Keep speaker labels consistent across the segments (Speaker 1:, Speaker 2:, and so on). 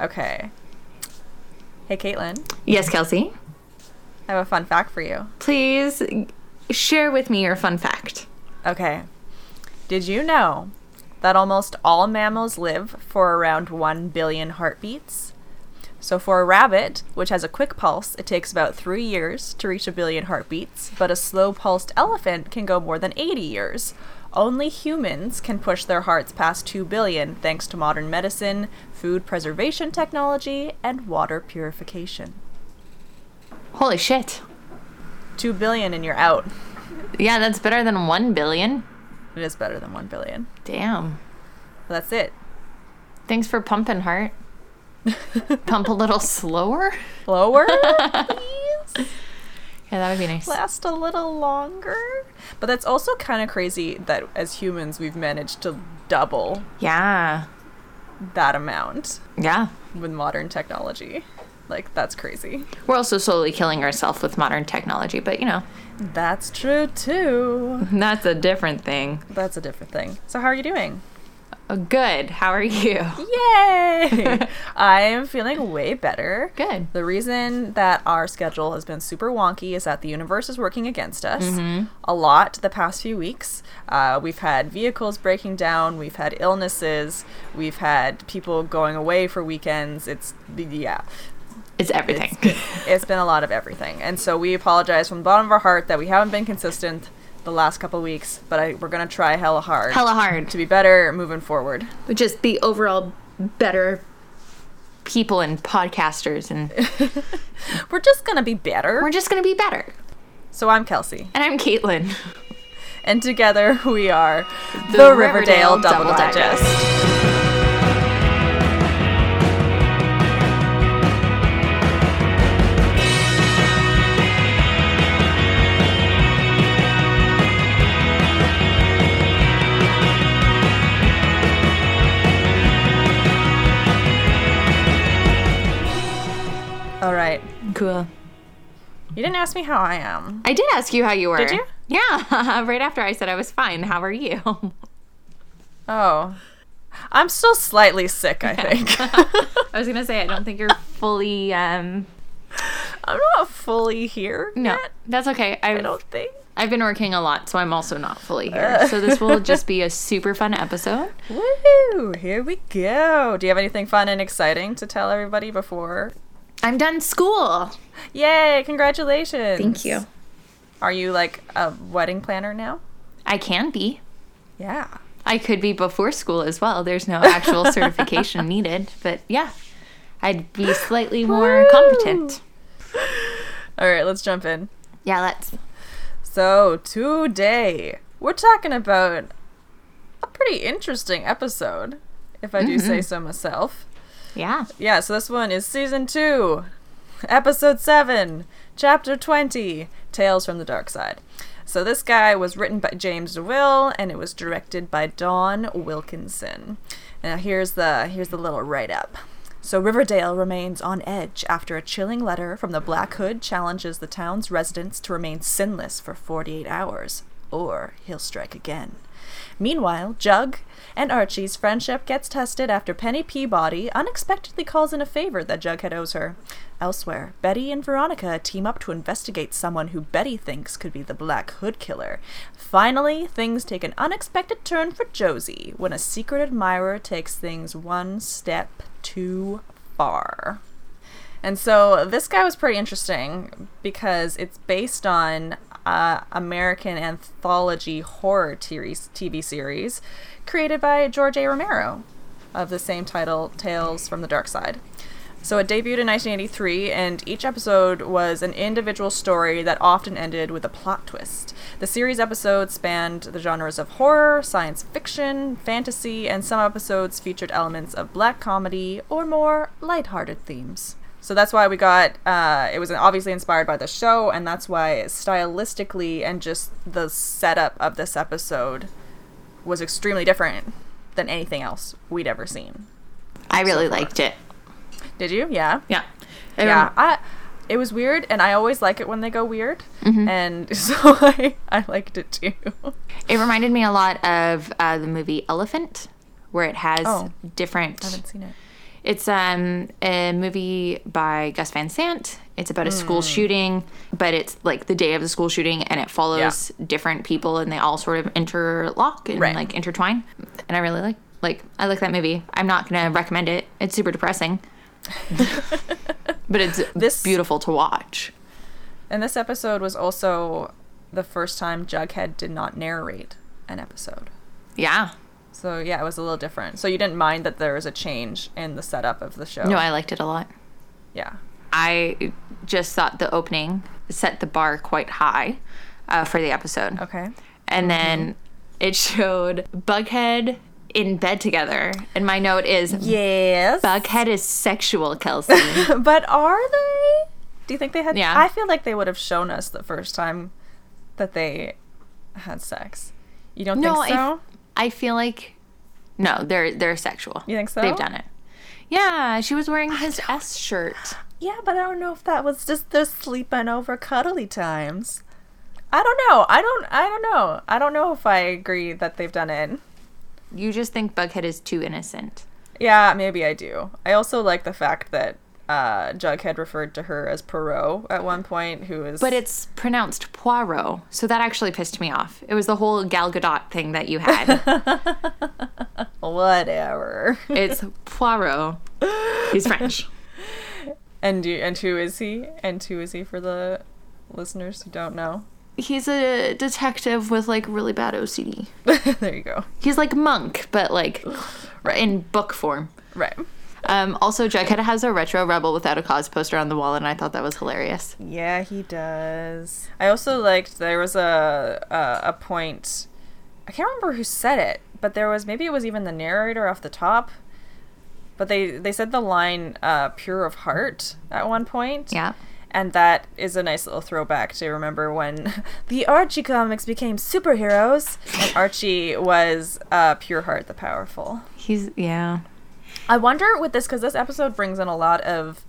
Speaker 1: Okay. Hey, Caitlin,
Speaker 2: Yes, Kelsey.
Speaker 1: I have a fun fact for you.
Speaker 2: Please share with me your fun fact.
Speaker 1: Okay. Did you know that almost all mammals live for around 1 billion heartbeats? So, for a rabbit, which has a quick pulse, it takes about three years to reach a billion heartbeats, but a slow pulsed elephant can go more than 80 years. Only humans can push their hearts past 2 billion thanks to modern medicine, food preservation technology, and water purification.
Speaker 2: Holy shit.
Speaker 1: 2 billion and you're out.
Speaker 2: Yeah, that's better than 1 billion.
Speaker 1: It is better than 1 billion.
Speaker 2: Damn.
Speaker 1: That's it.
Speaker 2: Thanks for pumping, heart. Pump a little slower?
Speaker 1: Lower, please.
Speaker 2: Yeah, that would be nice.
Speaker 1: last a little longer. But that's also kind of crazy that as humans we've managed to double
Speaker 2: Yeah.
Speaker 1: that amount
Speaker 2: Yeah.
Speaker 1: with modern technology. Like that's crazy.
Speaker 2: We're also slowly killing ourselves with modern technology, but you know,
Speaker 1: That's true too.
Speaker 2: that's a different thing.
Speaker 1: That's a different thing. So how are you doing?
Speaker 2: Oh, good. How are you?
Speaker 1: Yay! I am feeling way better.
Speaker 2: Good.
Speaker 1: The reason that our schedule has been super wonky is that the universe is working against us
Speaker 2: Mm-hmm.
Speaker 1: a lot the past few weeks. Uh, we've had vehicles breaking down, we've had illnesses, we've had people going away for weekends. It's, yeah,
Speaker 2: It's everything.
Speaker 1: it's been a lot of everything. And so we apologize from the bottom of our heart that we haven't been consistent the last couple weeks, but I, we're going to try hella hard
Speaker 2: Hella
Speaker 1: to
Speaker 2: hard.
Speaker 1: be better moving forward.
Speaker 2: Just be overall better people and podcasters, and
Speaker 1: We're just going to be better.
Speaker 2: we're just going to be better.
Speaker 1: So I'm Kelsey.
Speaker 2: And I'm Caitlin.
Speaker 1: And together we are the,
Speaker 2: The
Speaker 1: Riverdale,
Speaker 2: Riverdale
Speaker 1: Double,
Speaker 2: Double
Speaker 1: Digest. All right.
Speaker 2: Cool.
Speaker 1: You didn't ask me how I am.
Speaker 2: I did ask you how you were.
Speaker 1: Did you?
Speaker 2: Yeah, right after I said I was fine. How are you?
Speaker 1: Oh. I'm still slightly sick, I think.
Speaker 2: I was gonna say I don't think you're fully. um
Speaker 1: I'm not fully here
Speaker 2: No,
Speaker 1: yet,
Speaker 2: that's okay.
Speaker 1: I
Speaker 2: I've
Speaker 1: don't think.
Speaker 2: I've been working a lot, so I'm also not fully here. So this will just be a super fun episode.
Speaker 1: Woohoo! Here we go. Do you have anything fun and exciting to tell everybody before?
Speaker 2: I'm done school.
Speaker 1: Yay! Congratulations.
Speaker 2: Thank you.
Speaker 1: Are you like a wedding planner now?
Speaker 2: I can be.
Speaker 1: Yeah.
Speaker 2: I could be before school as well. There's no actual certification needed, but yeah, I'd be slightly more
Speaker 1: Woo!
Speaker 2: competent.
Speaker 1: All right, let's jump in.
Speaker 2: Yeah, let's.
Speaker 1: So, today we're talking about a pretty interesting episode, if I do
Speaker 2: Mm-hmm.
Speaker 1: say so myself.
Speaker 2: Yeah.
Speaker 1: Yeah, so this one is season two, episode seven, chapter 20 Tales from the Dark Side. So this guy was written by James DeWill and it was directed by Don Wilkinson. Now here's the here's the little write up. So Riverdale remains on edge after a chilling letter from the Black Hood challenges the town's residents to remain sinless for 48 hours or he'll strike again. Meanwhile, Jug and Archie's friendship gets tested after Penny Peabody unexpectedly calls in a favor that Jughead owes her. Elsewhere, Betty and Veronica team up to investigate someone who Betty thinks could be the Black Hood Killer. Finally, things take an unexpected turn for Josie when a secret admirer takes things one step too far. And so this guy was pretty interesting because it's based on uh, American anthology horror series, TV series created by George A. Romero of the same title, Tales from the Dark Side. So it debuted in 1983, and each episode was an individual story that often ended with a plot twist. The series episodes spanned the genres of horror, science fiction, fantasy, and some episodes featured elements of black comedy or more lighthearted themes. So that's why we got uh, it was obviously inspired by the show, and that's why stylistically and just the setup of this episode was extremely different than anything else we'd ever seen.
Speaker 2: I really liked it.
Speaker 1: Did you? Yeah.
Speaker 2: Yeah.
Speaker 1: Yeah, I, it was weird, and I always like it when they go weird,
Speaker 2: Mm-hmm.
Speaker 1: and so I, I liked it too.
Speaker 2: It reminded me a lot of uh, the movie Elephant, where it has
Speaker 1: Oh.
Speaker 2: different.
Speaker 1: seen it.
Speaker 2: It's um, a movie by Gus Van Sant. It's about a
Speaker 1: Hmm.
Speaker 2: school shooting, but it's like the day of the school shooting, and it follows different people, and they all sort of interlock and
Speaker 1: Right.
Speaker 2: like intertwine. And I really like like I like that movie. I'm not gonna recommend it. It's super depressing, but it's
Speaker 1: This-
Speaker 2: beautiful to watch.
Speaker 1: And this episode was also the first time Jughead did not narrate an episode.
Speaker 2: Yeah.
Speaker 1: So yeah, it was a little different. So you didn't mind that there was a change in the setup of the show.
Speaker 2: No, I liked it a lot.
Speaker 1: yeah.
Speaker 2: I just thought the opening set the bar quite high uh, for the episode.
Speaker 1: Okay. Mm-hmm.
Speaker 2: And then it showed Bughead in bed together. And my note is
Speaker 1: Yes.
Speaker 2: Bughead is sexual, Kelsey.
Speaker 1: But are they? Do you think they had?
Speaker 2: Yeah.
Speaker 1: I feel like they would have shown us the first time that they had sex. You don't
Speaker 2: No,
Speaker 1: think
Speaker 2: I-
Speaker 1: so?
Speaker 2: I feel like no, they're they're sexual.
Speaker 1: You think so?
Speaker 2: They've done it. Yeah, she was wearing his S shirt.
Speaker 1: Yeah, but I don't know if that was just the sleeping over cuddly times. I don't know. I don't. I don't know. I don't know if I agree that they've done it.
Speaker 2: You just think Bughead is too innocent.
Speaker 1: Yeah, maybe I do. I also like the fact that uh, Jughead referred to her as Perot at one point, who is.
Speaker 2: But it's pronounced Poirot, so that actually pissed me off. It was the whole Gal Gadot thing that you had.
Speaker 1: whatever.
Speaker 2: it's Poirot. He's French.
Speaker 1: and you, and who is he? And who is he for the listeners who don't know?
Speaker 2: He's a detective with like really bad OCD.
Speaker 1: there you go.
Speaker 2: He's like monk, but like in book form.
Speaker 1: Right.
Speaker 2: Um, also, Jughead has a retro Rebel Without a Cause poster on the wall, and I thought that was hilarious.
Speaker 1: Yeah, he does. I also liked there was a a, a point. I can't remember who said it, but there was maybe it was even the narrator off the top. But they they said the line uh, "pure of heart" at one point.
Speaker 2: Yeah.
Speaker 1: And that is a nice little throwback to remember when the Archie comics became superheroes, and Archie was uh, Pure Heart the Powerful.
Speaker 2: He's, yeah.
Speaker 1: I wonder with this because this episode brings in a lot of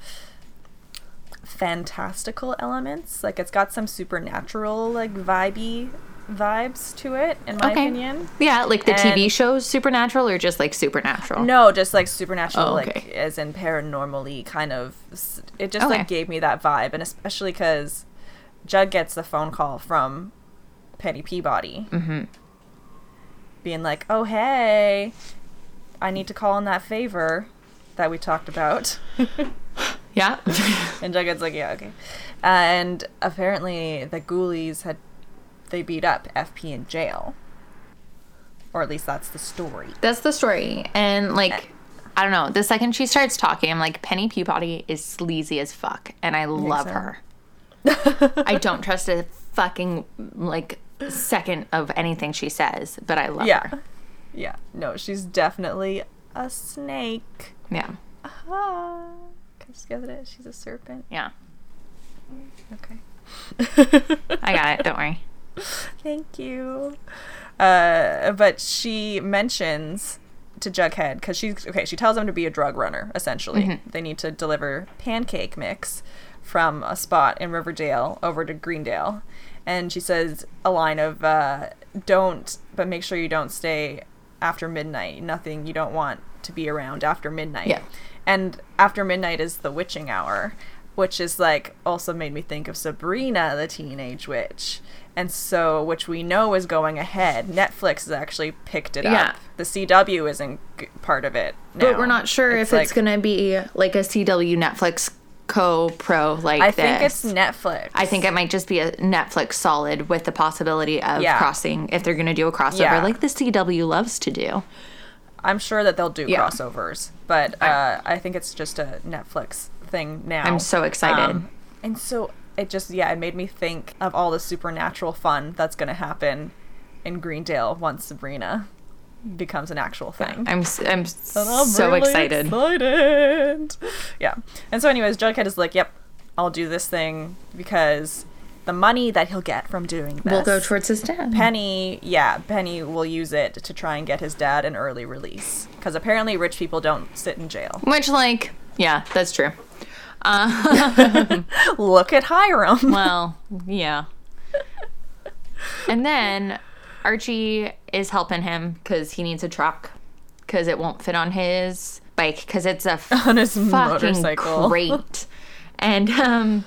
Speaker 1: fantastical elements. Like it's got some supernatural, like vibey vibes to it, in my
Speaker 2: Okay.
Speaker 1: opinion.
Speaker 2: Yeah, like the TV
Speaker 1: And-
Speaker 2: shows Supernatural or just like Supernatural?
Speaker 1: No, just like supernatural,
Speaker 2: Oh,
Speaker 1: like
Speaker 2: okay.
Speaker 1: as in paranormally kind of. s- It just
Speaker 2: Okay.
Speaker 1: like gave me that vibe, and especially because Jug gets the phone call from Penny Peabody, mm-hmm. being like, "Oh hey, I need to call in that favor that we talked about."
Speaker 2: Yeah.
Speaker 1: And Jughead's like, yeah, okay. Uh, And apparently the ghoulies had they beat up FP in jail. Or at least that's the story.
Speaker 2: That's the story. And like, I don't know, the second she starts talking, I'm like, Penny Peabody is sleazy as fuck, and I love
Speaker 1: so.
Speaker 2: her. I don't trust a fucking like second of anything she says, but I love
Speaker 1: Yeah.
Speaker 2: her.
Speaker 1: Yeah. No, she's definitely a snake.
Speaker 2: Yeah.
Speaker 1: Ah. Cuz get it? She's a serpent.
Speaker 2: Yeah.
Speaker 1: Okay.
Speaker 2: I got it. Don't worry.
Speaker 1: Thank you. Uh, but she mentions to Jughead because she's okay. She tells him to be a drug runner. Essentially, they need to deliver pancake mix from a spot in Riverdale over to Greendale, and she says a line of uh, "Don't, but make sure you don't stay after midnight. Nothing you don't want to be around after midnight."
Speaker 2: Yeah.
Speaker 1: And after midnight is the witching hour, which is like also made me think of Sabrina the Teenage Witch. And so, which we know is going ahead. Netflix has actually picked it
Speaker 2: Yeah.
Speaker 1: up. The CW isn't g- part of it.
Speaker 2: But
Speaker 1: now.
Speaker 2: we're not sure if it's
Speaker 1: like-
Speaker 2: going to be like a CW Netflix co pro like
Speaker 1: I
Speaker 2: this.
Speaker 1: think it's Netflix.
Speaker 2: I think it might just be a Netflix solid with the possibility of
Speaker 1: Yeah.
Speaker 2: crossing if they're going to do a crossover
Speaker 1: Yeah.
Speaker 2: like the CW loves to do.
Speaker 1: I'm sure that they'll do
Speaker 2: Yeah.
Speaker 1: crossovers, but uh, I think it's just a Netflix thing now.
Speaker 2: I'm so excited.
Speaker 1: Um, and so it just yeah, it made me think of all the supernatural fun that's going to happen in Greendale once Sabrina becomes an actual thing.
Speaker 2: I'm s- I'm
Speaker 1: And I'm
Speaker 2: so
Speaker 1: Oh, really
Speaker 2: excited.
Speaker 1: excited. Yeah. And so, anyways, Jughead is like, "Yep, I'll do this thing because the money that he'll get from doing this
Speaker 2: We'll go towards his dad.
Speaker 1: Penny, yeah, Penny will use it to try and get his dad an early release because apparently rich people don't sit in jail.
Speaker 2: Which like yeah, that's true.
Speaker 1: Look at Hiram.
Speaker 2: Well, yeah. and then Archie is helping him because he needs a truck because it won't fit on his bike because it's a
Speaker 1: on his
Speaker 2: fucking
Speaker 1: motorcycle.
Speaker 2: crate. and um,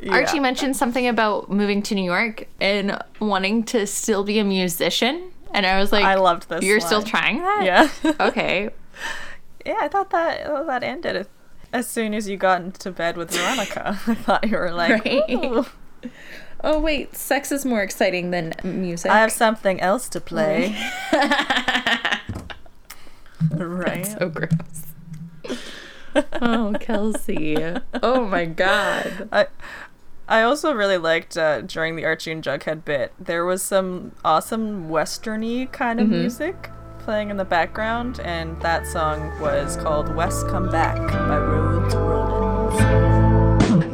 Speaker 1: Yeah.
Speaker 2: Archie mentioned something about moving to New York and wanting to still be a musician. And I was like,
Speaker 1: I loved this
Speaker 2: You're still
Speaker 1: line."
Speaker 2: trying that?
Speaker 1: Yeah.
Speaker 2: okay.
Speaker 1: Yeah, I thought that I thought that ended as- as soon as you got into bed with Veronica. I thought you were like,
Speaker 2: Right.
Speaker 1: "Ooh,
Speaker 2: Oh, wait. Sex is more exciting than music.
Speaker 1: I have something else to play. right.
Speaker 2: so gross. oh, Kelsey. Oh, my God.
Speaker 1: I I also really liked uh, during the Archie and Jughead bit. There was some awesome westerny kind
Speaker 2: Mm-hmm.
Speaker 1: of music playing in the background, and that song was called "West Come Back" by Rhodes Rollins.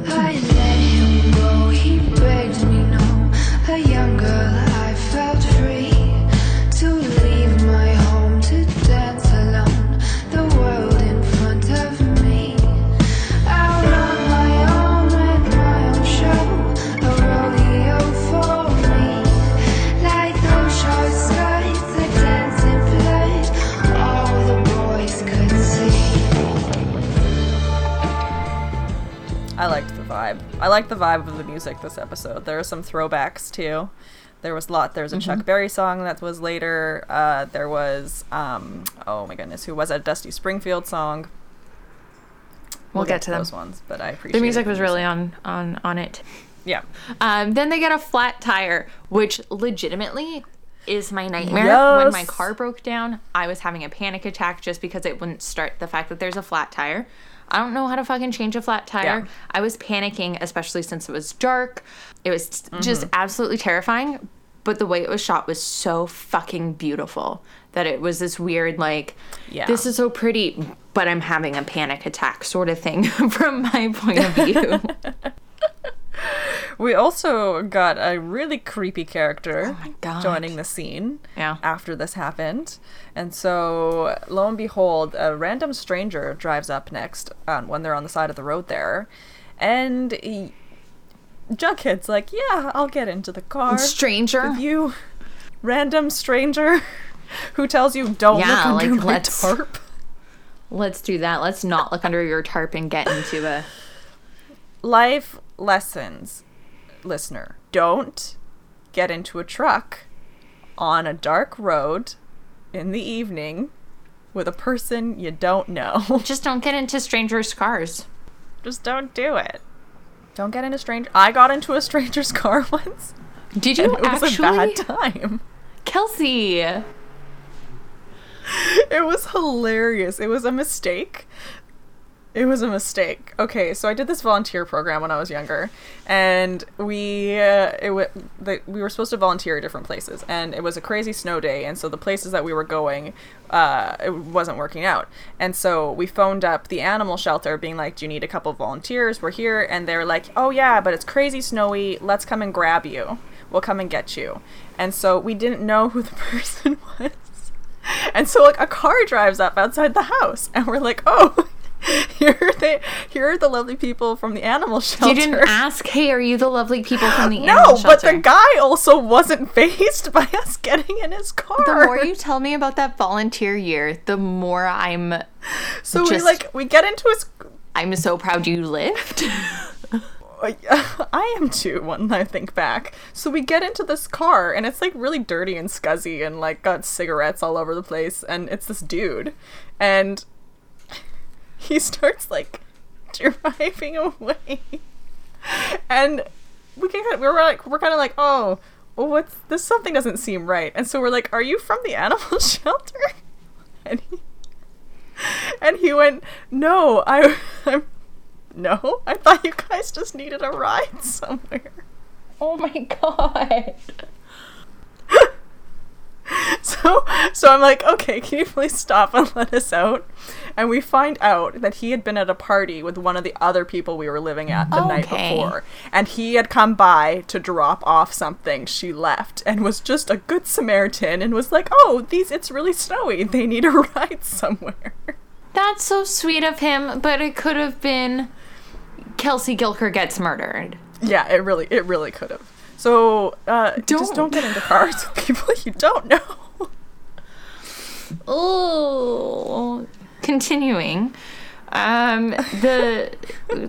Speaker 3: I let him go, he begged me no. A young girl, I felt free to leave my home to dance alone. The world in front of me. Out on my own at my own show, a rodeo for me. Like those short skirts, a dancing flight, all the boys could see.
Speaker 1: I liked the vibe. I liked the vibe of the music this episode. There were some throwbacks too. There was a lot. There was a
Speaker 2: Mm-hmm.
Speaker 1: Chuck Berry song that was later. Uh, there was um, oh my goodness, who was that Dusty Springfield song?
Speaker 2: We'll get to them.
Speaker 1: those ones, but I appreciate
Speaker 2: The music was really on, on, on it.
Speaker 1: yeah.
Speaker 2: Um, then they get a flat tire, which legitimately is my nightmare. When my
Speaker 1: Yes.
Speaker 2: car broke down, I was having a panic attack just because it wouldn't start the fact that there's a flat tire. I don't know how to fucking change a flat tire.
Speaker 1: Yeah.
Speaker 2: I was panicking, especially since it was dark. It was
Speaker 1: Mm-hmm.
Speaker 2: just absolutely terrifying. But the way it was shot was so fucking beautiful that it was this weird, like,
Speaker 1: Yeah.
Speaker 2: this is so pretty, but I'm having a panic attack sort of thing from my point of view.
Speaker 1: We also got a really creepy character
Speaker 2: Oh God.
Speaker 1: joining the scene
Speaker 2: Yeah.
Speaker 1: after this happened. And so, lo and behold, a random stranger drives up next um, when they're on the side of the road there. And he, Jughead's like, Yeah, I'll get into the car.
Speaker 2: Stranger.
Speaker 1: with you, random stranger who tells you, Don't
Speaker 2: Yeah,
Speaker 1: look under
Speaker 2: like,
Speaker 1: my
Speaker 2: let's-
Speaker 1: tarp.
Speaker 2: Let's do that. Let's not look under your tarp and get into a.
Speaker 1: Life lessons, listener. Don't get into a truck on a dark road in the evening with a person you don't know.
Speaker 2: Just don't get into strangers' cars.
Speaker 1: Just don't do it. Don't get into stranger. I got into a stranger's car once.
Speaker 2: Did you
Speaker 1: It was
Speaker 2: actually,
Speaker 1: a bad time.
Speaker 2: Kelsey?
Speaker 1: It was hilarious. It was a mistake. It was a mistake. Okay, so I did this volunteer program when I was younger, and we uh, it w- the, we were supposed to volunteer at different places, and it was a crazy snow day, and so the places that we were going, uh, it wasn't working out, and so we phoned up the animal shelter, being like, "Do you need a couple of volunteers? We're here," and they were like, "Oh yeah, but it's crazy snowy. Let's come and grab you. We'll come and get you." And so we didn't know who the person was. And so like a car drives up outside the house and we're like, "Oh, here are the here are the lovely people from the animal shelter."
Speaker 2: You didn't ask. Hey, are you the lovely people from the
Speaker 1: No,
Speaker 2: animal
Speaker 1: but
Speaker 2: shelter?
Speaker 1: the guy also wasn't phased by us getting in his car.
Speaker 2: The more you tell me about that volunteer year, the more I'm.
Speaker 1: so we
Speaker 2: just-
Speaker 1: like we get into his
Speaker 2: I'm so proud you lived.
Speaker 1: I am too when I think back. So we get into this car and it's like really dirty and scuzzy and like got cigarettes all over the place and it's this dude and he starts like driving away. And we get we were like we're kind of like, "Oh, well, what's this something doesn't seem right." And so we're like, "Are you from the animal shelter?" And he and he went, "No, I I'm no, I thought you guys just needed a ride somewhere.
Speaker 2: oh my god.
Speaker 1: So, so I'm like, okay, can you please stop and let us out? And we find out that he had been at a party with one of the other people we were living at the night
Speaker 2: Okay.
Speaker 1: before, and he had come by to drop off something. She left and was just a good Samaritan and was like, oh, these it's really snowy. They need a ride somewhere.
Speaker 2: That's so sweet of him, but it could have been. Kelsey Gilker gets murdered.
Speaker 1: yeah, it really, it really could have. So, uh, just don't
Speaker 2: Don't.
Speaker 1: get into cars with people you don't know.
Speaker 2: Oh. Continuing, um, the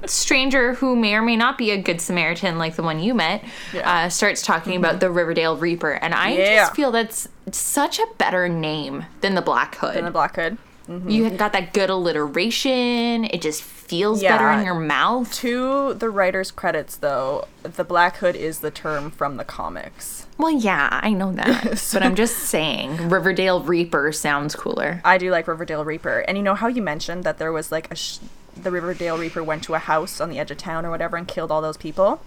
Speaker 2: stranger who may or may not be a good Samaritan, like the one you met,
Speaker 1: Yeah. Mm-hmm.
Speaker 2: uh, starts talking about the Riverdale Reaper, and I
Speaker 1: Yeah.
Speaker 2: just feel that's such a better name than the Black Hood.
Speaker 1: in the Black Hood.
Speaker 2: You got that good alliteration. It just feels
Speaker 1: Yeah.
Speaker 2: better in your mouth.
Speaker 1: To the writer's credits, though, the Black Hood is the term from the comics.
Speaker 2: Well, yeah, I know that, but I'm just saying Riverdale Reaper sounds cooler.
Speaker 1: I do like Riverdale Reaper, and you know how you mentioned that there was like a sh- the Riverdale Reaper went to a house on the edge of town or whatever and killed all those people.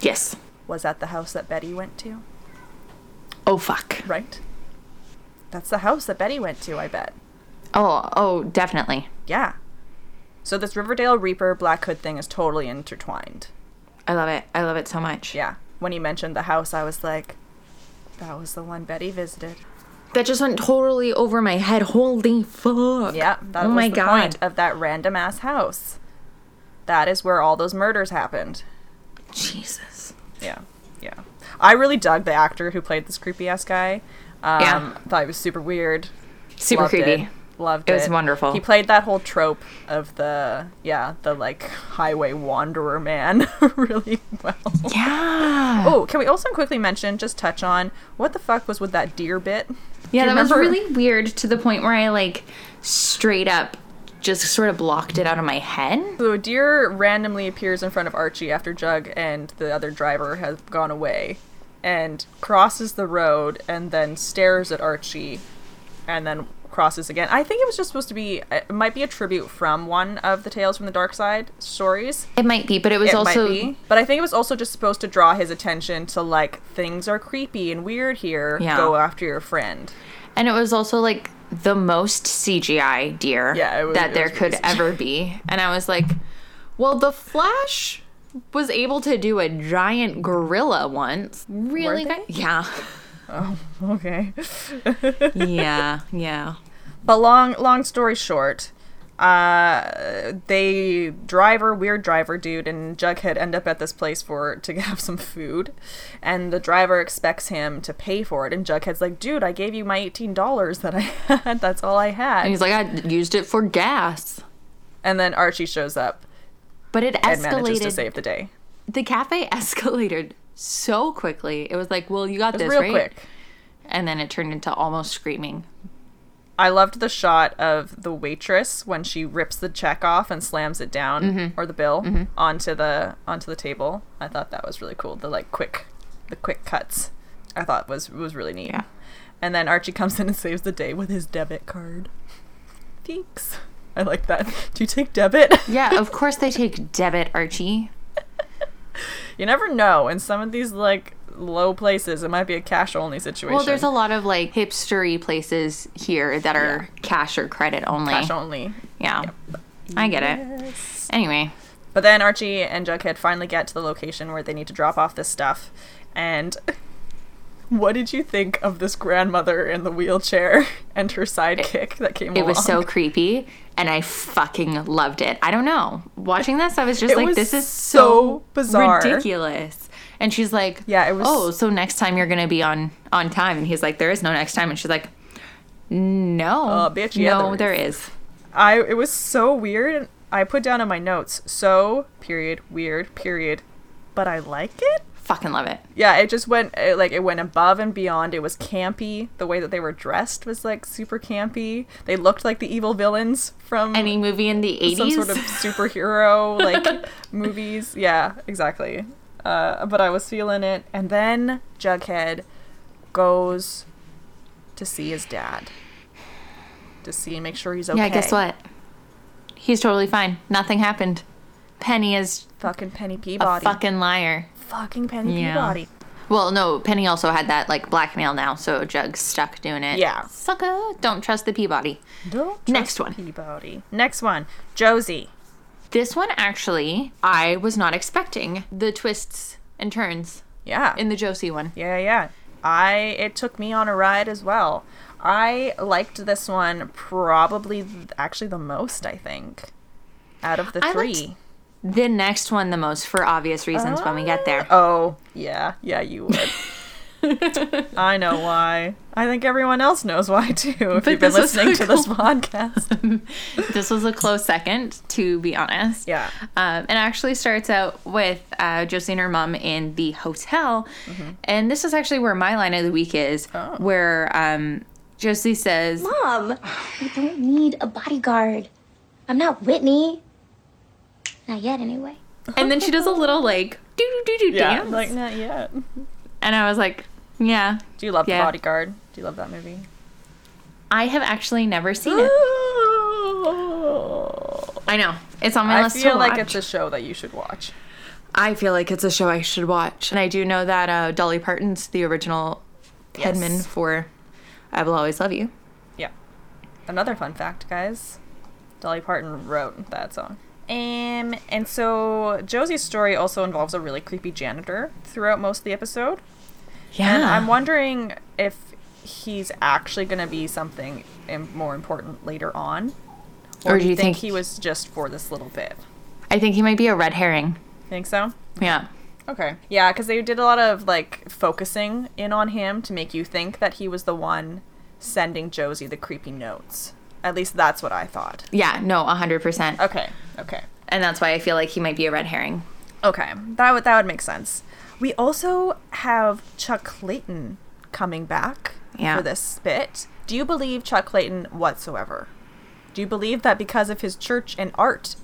Speaker 2: Yes.
Speaker 1: Was that the house that Betty went to?
Speaker 2: Oh fuck.
Speaker 1: Right. That's the house that Betty went to. I bet.
Speaker 2: Oh, oh, definitely.
Speaker 1: Yeah. So this Riverdale Reaper Black Hood thing is totally intertwined.
Speaker 2: I love it. I love it so much.
Speaker 1: Yeah. When you mentioned the house, I was like, that was the one Betty visited.
Speaker 2: That just went totally over my head. Holy fuck.
Speaker 1: Yeah, that
Speaker 2: oh
Speaker 1: was
Speaker 2: my
Speaker 1: the
Speaker 2: god.
Speaker 1: point of that random ass house. That is where all those murders happened.
Speaker 2: Jesus.
Speaker 1: Yeah, yeah. I really dug the actor who played this creepy ass guy. Um,
Speaker 2: Yeah.
Speaker 1: thought he was super weird.
Speaker 2: Super
Speaker 1: Loved
Speaker 2: creepy.
Speaker 1: It. Loved it.
Speaker 2: It was wonderful.
Speaker 1: He played that whole trope of the yeah the like highway wanderer man really well.
Speaker 2: Yeah.
Speaker 1: Oh, can we also quickly mention, just touch on, what the fuck was with that deer bit?
Speaker 2: yeah,
Speaker 1: do you
Speaker 2: that was
Speaker 1: remember-
Speaker 2: really weird to the point where I like straight up just sort of blocked it out of my head.
Speaker 1: So a deer randomly appears in front of Archie after Jug and the other driver has gone away and crosses the road and then stares at Archie and then crosses again. I think it was just supposed to be, it might be a tribute from one of the Tales from the Dark Side stories.
Speaker 2: It might be, but it was
Speaker 1: It
Speaker 2: also
Speaker 1: might be. But I think it was also just supposed to draw his attention to like, things are creepy and weird here.
Speaker 2: Yeah.
Speaker 1: Go after your friend.
Speaker 2: And it was also like the most CGI deer
Speaker 1: Yeah, it was-
Speaker 2: that
Speaker 1: it
Speaker 2: there
Speaker 1: was
Speaker 2: could
Speaker 1: really
Speaker 2: ever be. And I was like, well, The Flash was able to do a giant gorilla once. Really?
Speaker 1: they?
Speaker 2: guy- Yeah.
Speaker 1: Okay.
Speaker 2: Yeah. Yeah.
Speaker 1: But long long story short, uh, they driver weird driver dude and Jughead end up at this place for to have some food, and the driver expects him to pay for it, and Jughead's like, "Dude, I gave you my eighteen dollars that I had. That's all I
Speaker 2: And
Speaker 1: had."
Speaker 2: he's like, I used it for gas.
Speaker 1: And then Archie shows up
Speaker 2: But it
Speaker 1: and manages to
Speaker 2: escalated.
Speaker 1: save the day
Speaker 2: the cafe escalated so quickly. It was like, well, you got this,
Speaker 1: real
Speaker 2: right?
Speaker 1: quick.
Speaker 2: And then it turned into almost screaming.
Speaker 1: I loved the shot of the waitress when she rips the check off and slams it down
Speaker 2: Mm-hmm.
Speaker 1: or the bill onto the onto the table. I thought that was really cool. The like quick the quick cuts. I thought was was really neat.
Speaker 2: Yeah.
Speaker 1: And then Archie comes in and saves the day with his debit card. Thanks. I like that. Do you take debit?
Speaker 2: Yeah, of course they take debit, Archie.
Speaker 1: you never know. In some of these like low places, it might be a cash only situation.
Speaker 2: Well, there's a lot of like hipstery places here that are cash or credit only.
Speaker 1: cash only.
Speaker 2: yeah. I get it. Anyway,
Speaker 1: But then Archie and Jughead finally get to the location where they need to drop off this stuff. And what did you think of this grandmother in the wheelchair and her sidekick that came
Speaker 2: it
Speaker 1: along?
Speaker 2: was so creepy and I fucking loved it. I don't know. Watching this, I was just
Speaker 1: It
Speaker 2: like,
Speaker 1: was
Speaker 2: this is
Speaker 1: so
Speaker 2: so,
Speaker 1: bizarre.
Speaker 2: ridiculous. And she's like,
Speaker 1: Yeah, it was-
Speaker 2: Oh, so next time you're going to be on on time. And he's like, there is no next time. And she's like, no.
Speaker 1: Uh, bitch, yeah,
Speaker 2: no,
Speaker 1: there
Speaker 2: there is.
Speaker 1: I it was so weird and I put down in my notes, so period, weird, period. But I like it.
Speaker 2: Fucking love it.
Speaker 1: Yeah, it just went it, like it went above and beyond. It was campy. The way that they were dressed was like super campy. They looked like the evil villains from
Speaker 2: Any movie in the 80s?
Speaker 1: some sort of superhero like movies. Yeah, exactly. Uh, but I was feeling it, and then Jughead goes to see his dad to see and make sure he's okay.
Speaker 2: Yeah, guess what? He's totally fine. Nothing happened. Penny is
Speaker 1: Fucking Penny
Speaker 2: a
Speaker 1: Peabody.
Speaker 2: fucking liar.
Speaker 1: fucking Penny
Speaker 2: Yeah.
Speaker 1: Peabody.
Speaker 2: Well, no, Penny also had that like blackmail now, so Jug's stuck doing it.
Speaker 1: Yeah.
Speaker 2: Sucker, don't trust the Peabody.
Speaker 1: Don't
Speaker 2: Next
Speaker 1: trust
Speaker 2: one.
Speaker 1: Peabody. Next one, Josie.
Speaker 2: This one actually, I was not expecting the twists and turns
Speaker 1: Yeah.
Speaker 2: in the Josie one.
Speaker 1: Yeah, yeah. I it took me on a ride as well. I liked this one probably th- actually the most, I think. Out of the
Speaker 2: I liked-
Speaker 1: 3.
Speaker 2: The next one the most for obvious reasons when we get there.
Speaker 1: Oh, yeah. Yeah, you would. I know why. I think everyone else knows why too. If you've been
Speaker 2: this was
Speaker 1: listening
Speaker 2: so
Speaker 1: to this
Speaker 2: cool.
Speaker 1: podcast,
Speaker 2: this was a close second, to be honest.
Speaker 1: Yeah.
Speaker 2: Um, and actually starts out with uh, Josie and her mom in the hotel.
Speaker 1: Mm-hmm.
Speaker 2: And this is actually where my line of the week is,
Speaker 1: Oh.
Speaker 2: where um, Josie says,
Speaker 4: Mom, I don't need a bodyguard. I'm not Whitney. Not yet, anyway.
Speaker 2: and then she does a little like do do do do
Speaker 1: yeah,
Speaker 2: dance.
Speaker 1: like not yet.
Speaker 2: and I was like, yeah,
Speaker 1: Do you love
Speaker 2: Yeah.
Speaker 1: the Bodyguard? Do you love that movie?
Speaker 2: I have actually never seen it. I know it's on my
Speaker 1: I
Speaker 2: list
Speaker 1: feel
Speaker 2: to
Speaker 1: like
Speaker 2: watch.
Speaker 1: it's a show that you should watch.
Speaker 2: I feel like it's a show I should watch. And I do know that uh, Dolly Parton's the original headman
Speaker 1: Yes.
Speaker 2: for I Will Always Love You.
Speaker 1: Yeah. Another fun fact, guys. Dolly Parton wrote that song. Um, and so Josie's story also involves a really creepy janitor throughout most of the episode.
Speaker 2: Yeah.
Speaker 1: And I'm wondering if he's actually going to be something im- more important later on.
Speaker 2: Or do you think-
Speaker 1: he was just for this little bit?
Speaker 2: I think he might be a red herring.
Speaker 1: Think so?
Speaker 2: Yeah.
Speaker 1: Okay. Yeah, because they did a lot of like focusing in on him to make you think that he was the one sending Josie the creepy notes. At least that's what I thought.
Speaker 2: Yeah, no, 100%.
Speaker 1: Okay. Okay.
Speaker 2: And that's why I feel like he might be a red herring.
Speaker 1: Okay. That would that would make sense. We also have Chuck Clayton coming back
Speaker 2: Yeah.
Speaker 1: for this bit. Do you believe Chuck Clayton whatsoever? Do you believe that because of his church and art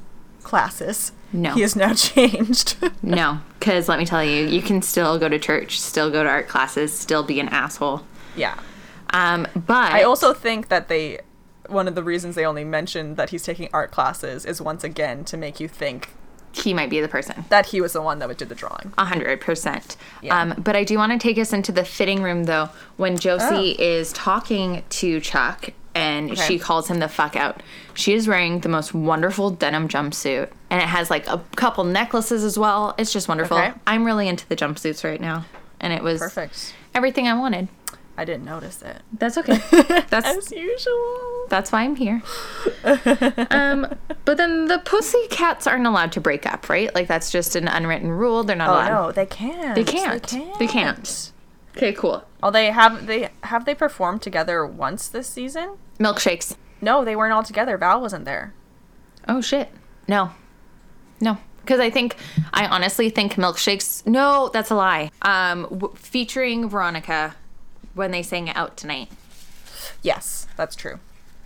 Speaker 1: classes,
Speaker 2: No.
Speaker 1: he is now changed?
Speaker 2: No, because let me tell you, you can still go to church, still go to art classes, still be an asshole.
Speaker 1: yeah.
Speaker 2: Um, but
Speaker 1: I also think that they one of the reasons they only mentioned that he's taking art classes is once again to make you think
Speaker 2: he might be the person.
Speaker 1: that he was the one that did the drawing.
Speaker 2: A hundred percent.
Speaker 1: Yeah.
Speaker 2: Um, but I do want to take us into the fitting room though, when Josie is talking to Chuck and
Speaker 1: Oh. Okay.
Speaker 2: she calls him the fuck out. She is wearing the most wonderful denim jumpsuit, and it has like a couple necklaces as well. It's just wonderful.
Speaker 1: Okay.
Speaker 2: I'm really into the jumpsuits right now, and it was
Speaker 1: Perfect.
Speaker 2: everything I wanted.
Speaker 1: I didn't notice it.
Speaker 2: That's okay. That's
Speaker 1: As usual.
Speaker 2: that's why I'm here. um, but then the pussy cats aren't allowed to break up, right? Like that's just an unwritten rule. They're not
Speaker 1: Oh
Speaker 2: allowed.
Speaker 1: no, they can't.
Speaker 2: They can't. They can't. Okay, cool.
Speaker 1: Oh, they have they have they performed together once this season?
Speaker 2: Milkshakes.
Speaker 1: No, they weren't all together. Val wasn't there.
Speaker 2: Oh shit. No. No. Because I think I honestly think milkshakes. No, that's a lie. Um, w- featuring Veronica when they sang out tonight.
Speaker 1: Yes, that's true.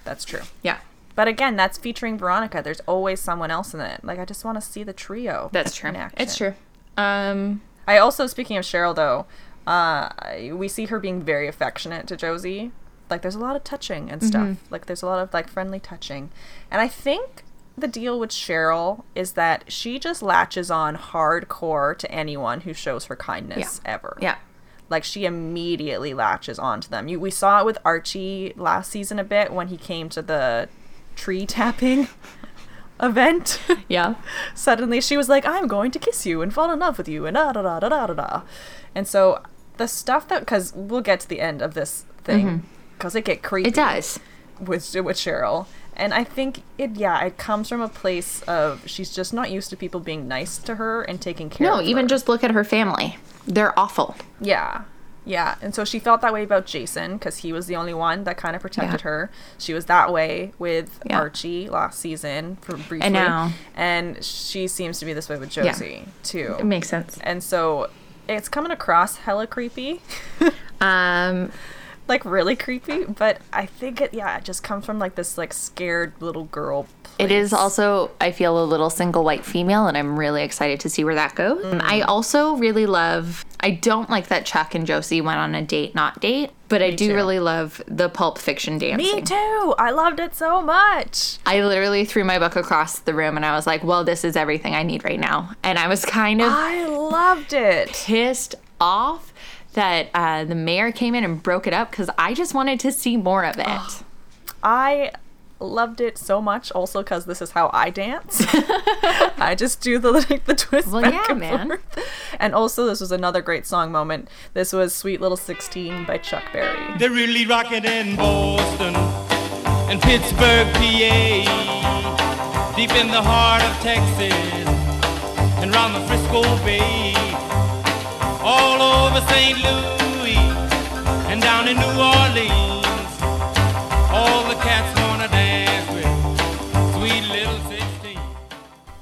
Speaker 1: That's true.
Speaker 2: Yeah,
Speaker 1: But again, that's featuring Veronica. There's always someone else in it. Like I just want to see the trio.
Speaker 2: that's true.
Speaker 1: in action.
Speaker 2: It's true. Um,
Speaker 1: I also, speaking of Cheryl, though, uh, I- we see her being very affectionate to Josie. Like, there's a lot of touching
Speaker 2: Mm-hmm.
Speaker 1: and stuff. Like, there's a lot of like friendly touching, and I think the deal with Cheryl is that she just latches on hardcore to anyone who shows her kindness ever.
Speaker 2: yeah,
Speaker 1: Like she immediately latches onto them. You, we saw it with Archie last season a bit when he came to the tree tapping event.
Speaker 2: yeah.
Speaker 1: suddenly she was like, I'm going to kiss you and fall in love with you and da da da da da da da. And so the stuff that, because we'll get to the end of this
Speaker 2: Mm-hmm.
Speaker 1: thing, because it get creepy
Speaker 2: It does.
Speaker 1: with with Cheryl. And I think it, yeah, it comes from a place of she's just not used to people being nice to her and taking care.
Speaker 2: No,
Speaker 1: of
Speaker 2: even
Speaker 1: her.
Speaker 2: just look at her family. They're awful.
Speaker 1: Yeah. Yeah. And so she felt that way about Jason because he was the only one that kind of protected
Speaker 2: Yeah.
Speaker 1: her. She was that way with
Speaker 2: Yeah.
Speaker 1: Archie last season for briefly.
Speaker 2: now-
Speaker 1: And she seems to be this way with Josie too.
Speaker 2: It makes sense.
Speaker 1: and so it's coming across hella creepy.
Speaker 2: Um,
Speaker 1: like really creepy, but I think it yeah, it just comes from like this like scared little girl.
Speaker 2: It is
Speaker 1: place.
Speaker 2: also, I feel, a little single white female, and I'm really excited to see where that goes. I also really love, I don't like that Chuck and Josie went on a date, not date, but I do
Speaker 1: too.
Speaker 2: really love the pulp fiction dancing.
Speaker 1: Me too. I loved it so much.
Speaker 2: I literally threw my book across the room and I was like, well, this is everything I need right now. And I was kind of
Speaker 1: I loved it.
Speaker 2: pissed off that uh, the mayor came in and broke it up because I just wanted to see more of it.
Speaker 1: I loved it so much also because this is how I dance. I just do the like the twist.
Speaker 2: Well,
Speaker 1: back
Speaker 2: yeah,
Speaker 1: and
Speaker 2: man.
Speaker 1: forth. And also this was another great song moment. This was Sweet Little Sixteen by Chuck Berry.
Speaker 5: They're really rocking in Boston and Pittsburgh, PA, deep in the heart of Texas and round the Frisco Bay, all over St. Louis and down in New Orleans, all the cats wanna dance with sweet little 16.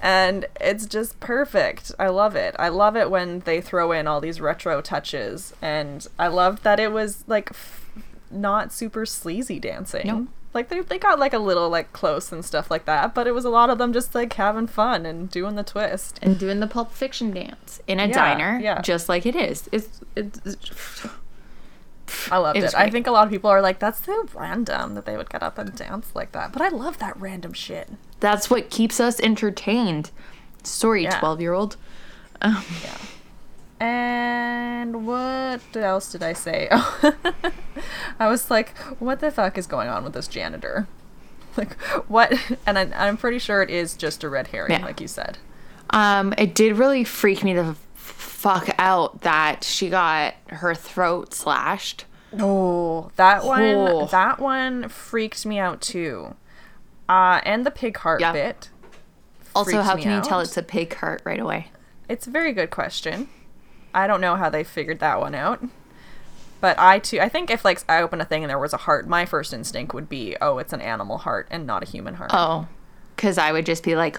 Speaker 1: and it's just perfect. I love it. I love it when they throw in all these retro touches, and I loved that it was like f- not super sleazy dancing.
Speaker 2: No.
Speaker 1: Like they they got like a little like close and stuff like that, but it was a lot of them just like having fun and doing the twist.
Speaker 2: and doing the Pulp Fiction dance in a
Speaker 1: Yeah,
Speaker 2: diner,
Speaker 1: yeah.
Speaker 2: just like it is. It's, it's, it's
Speaker 1: I loved
Speaker 2: It
Speaker 1: it.
Speaker 2: was
Speaker 1: I
Speaker 2: great.
Speaker 1: think a lot of people are like, that's so random that they would get up and dance like that. But I love that random shit.
Speaker 2: that's what keeps us entertained. Sorry,
Speaker 1: Yeah.
Speaker 2: twelve year old.
Speaker 1: And what else did I say? Oh, I was like, what the fuck is going on with this janitor? Like, what? And I, I'm pretty sure it is just a red herring,
Speaker 2: Yeah.
Speaker 1: like you said.
Speaker 2: Um, it did really freak me the fuck out that she got her throat slashed.
Speaker 1: Oh, that one,
Speaker 2: Oh.
Speaker 1: that one freaked me out too. Uh, and the pig heart
Speaker 2: Yeah.
Speaker 1: bit.
Speaker 2: Also,
Speaker 1: Freaks
Speaker 2: how
Speaker 1: me
Speaker 2: can you tell
Speaker 1: out.
Speaker 2: it's a pig heart right away?
Speaker 1: It's a very good question. I don't know how they figured that one out. But I too, I think if like I open a thing and there was a heart, my first instinct would be, oh, it's an animal heart and not a human heart.
Speaker 2: Oh, because I would just be like,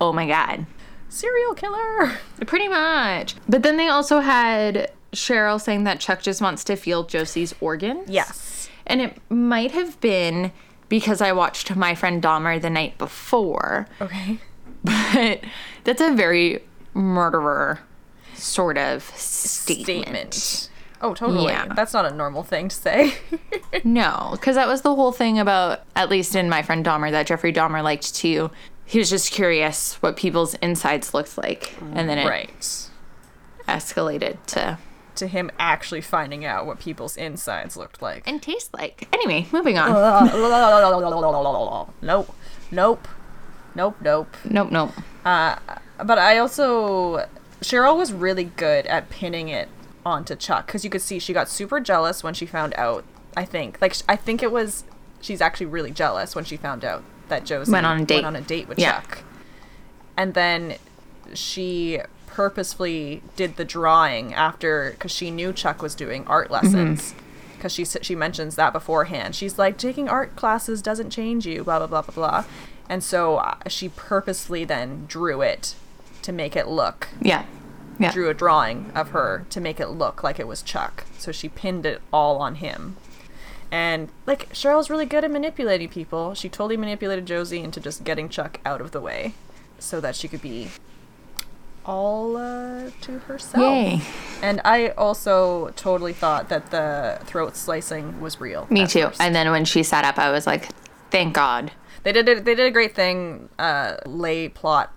Speaker 2: oh my god.
Speaker 1: serial killer.
Speaker 2: Pretty much. But then they also had Cheryl saying that Chuck just wants to feel Josie's organs.
Speaker 1: Yes.
Speaker 2: And it might have been because I watched My Friend Dahmer the night before,
Speaker 1: Okay.
Speaker 2: but that's a very murderer sort of statement.
Speaker 1: Oh, totally.
Speaker 2: Yeah.
Speaker 1: That's not a normal thing to say.
Speaker 2: No, because that was the whole thing about, at least in My Friend Dahmer, that Jeffrey Dahmer liked to. He was just curious what people's insides looked like. And then it
Speaker 1: right.
Speaker 2: escalated to
Speaker 1: To him actually finding out what people's insides looked like. Uh,
Speaker 2: and taste like. Anyway, moving on.
Speaker 1: nope. Nope. Nope. Nope.
Speaker 2: nope, nope.
Speaker 1: But I also Cheryl was really good at pinning it onto Chuck because you could see she got super jealous when she found out. I think like sh- I think it was she's actually really jealous when she found out that Josie
Speaker 2: Went on a date.
Speaker 1: went on a date with
Speaker 2: Yeah.
Speaker 1: Chuck, and then she purposefully did the drawing after because she knew Chuck was doing art lessons. Because she s- she mentions that beforehand, she's like taking art classes doesn't change you, blah blah blah blah blah, and so uh, she purposely then drew it to make it look
Speaker 2: Yeah. Yeah.
Speaker 1: drew a drawing of her to make it look like it was Chuck. So she pinned it all on him. And like Cheryl's really good at manipulating people. She totally manipulated Josie into just getting Chuck out of the way so that she could be all uh, to herself.
Speaker 2: Yay.
Speaker 1: And I also totally thought that the throat slicing was real.
Speaker 2: Me
Speaker 1: at
Speaker 2: too.
Speaker 1: first.
Speaker 2: And then when she sat up, I was like, thank God.
Speaker 1: They did a, they did a great thing uh, lay plot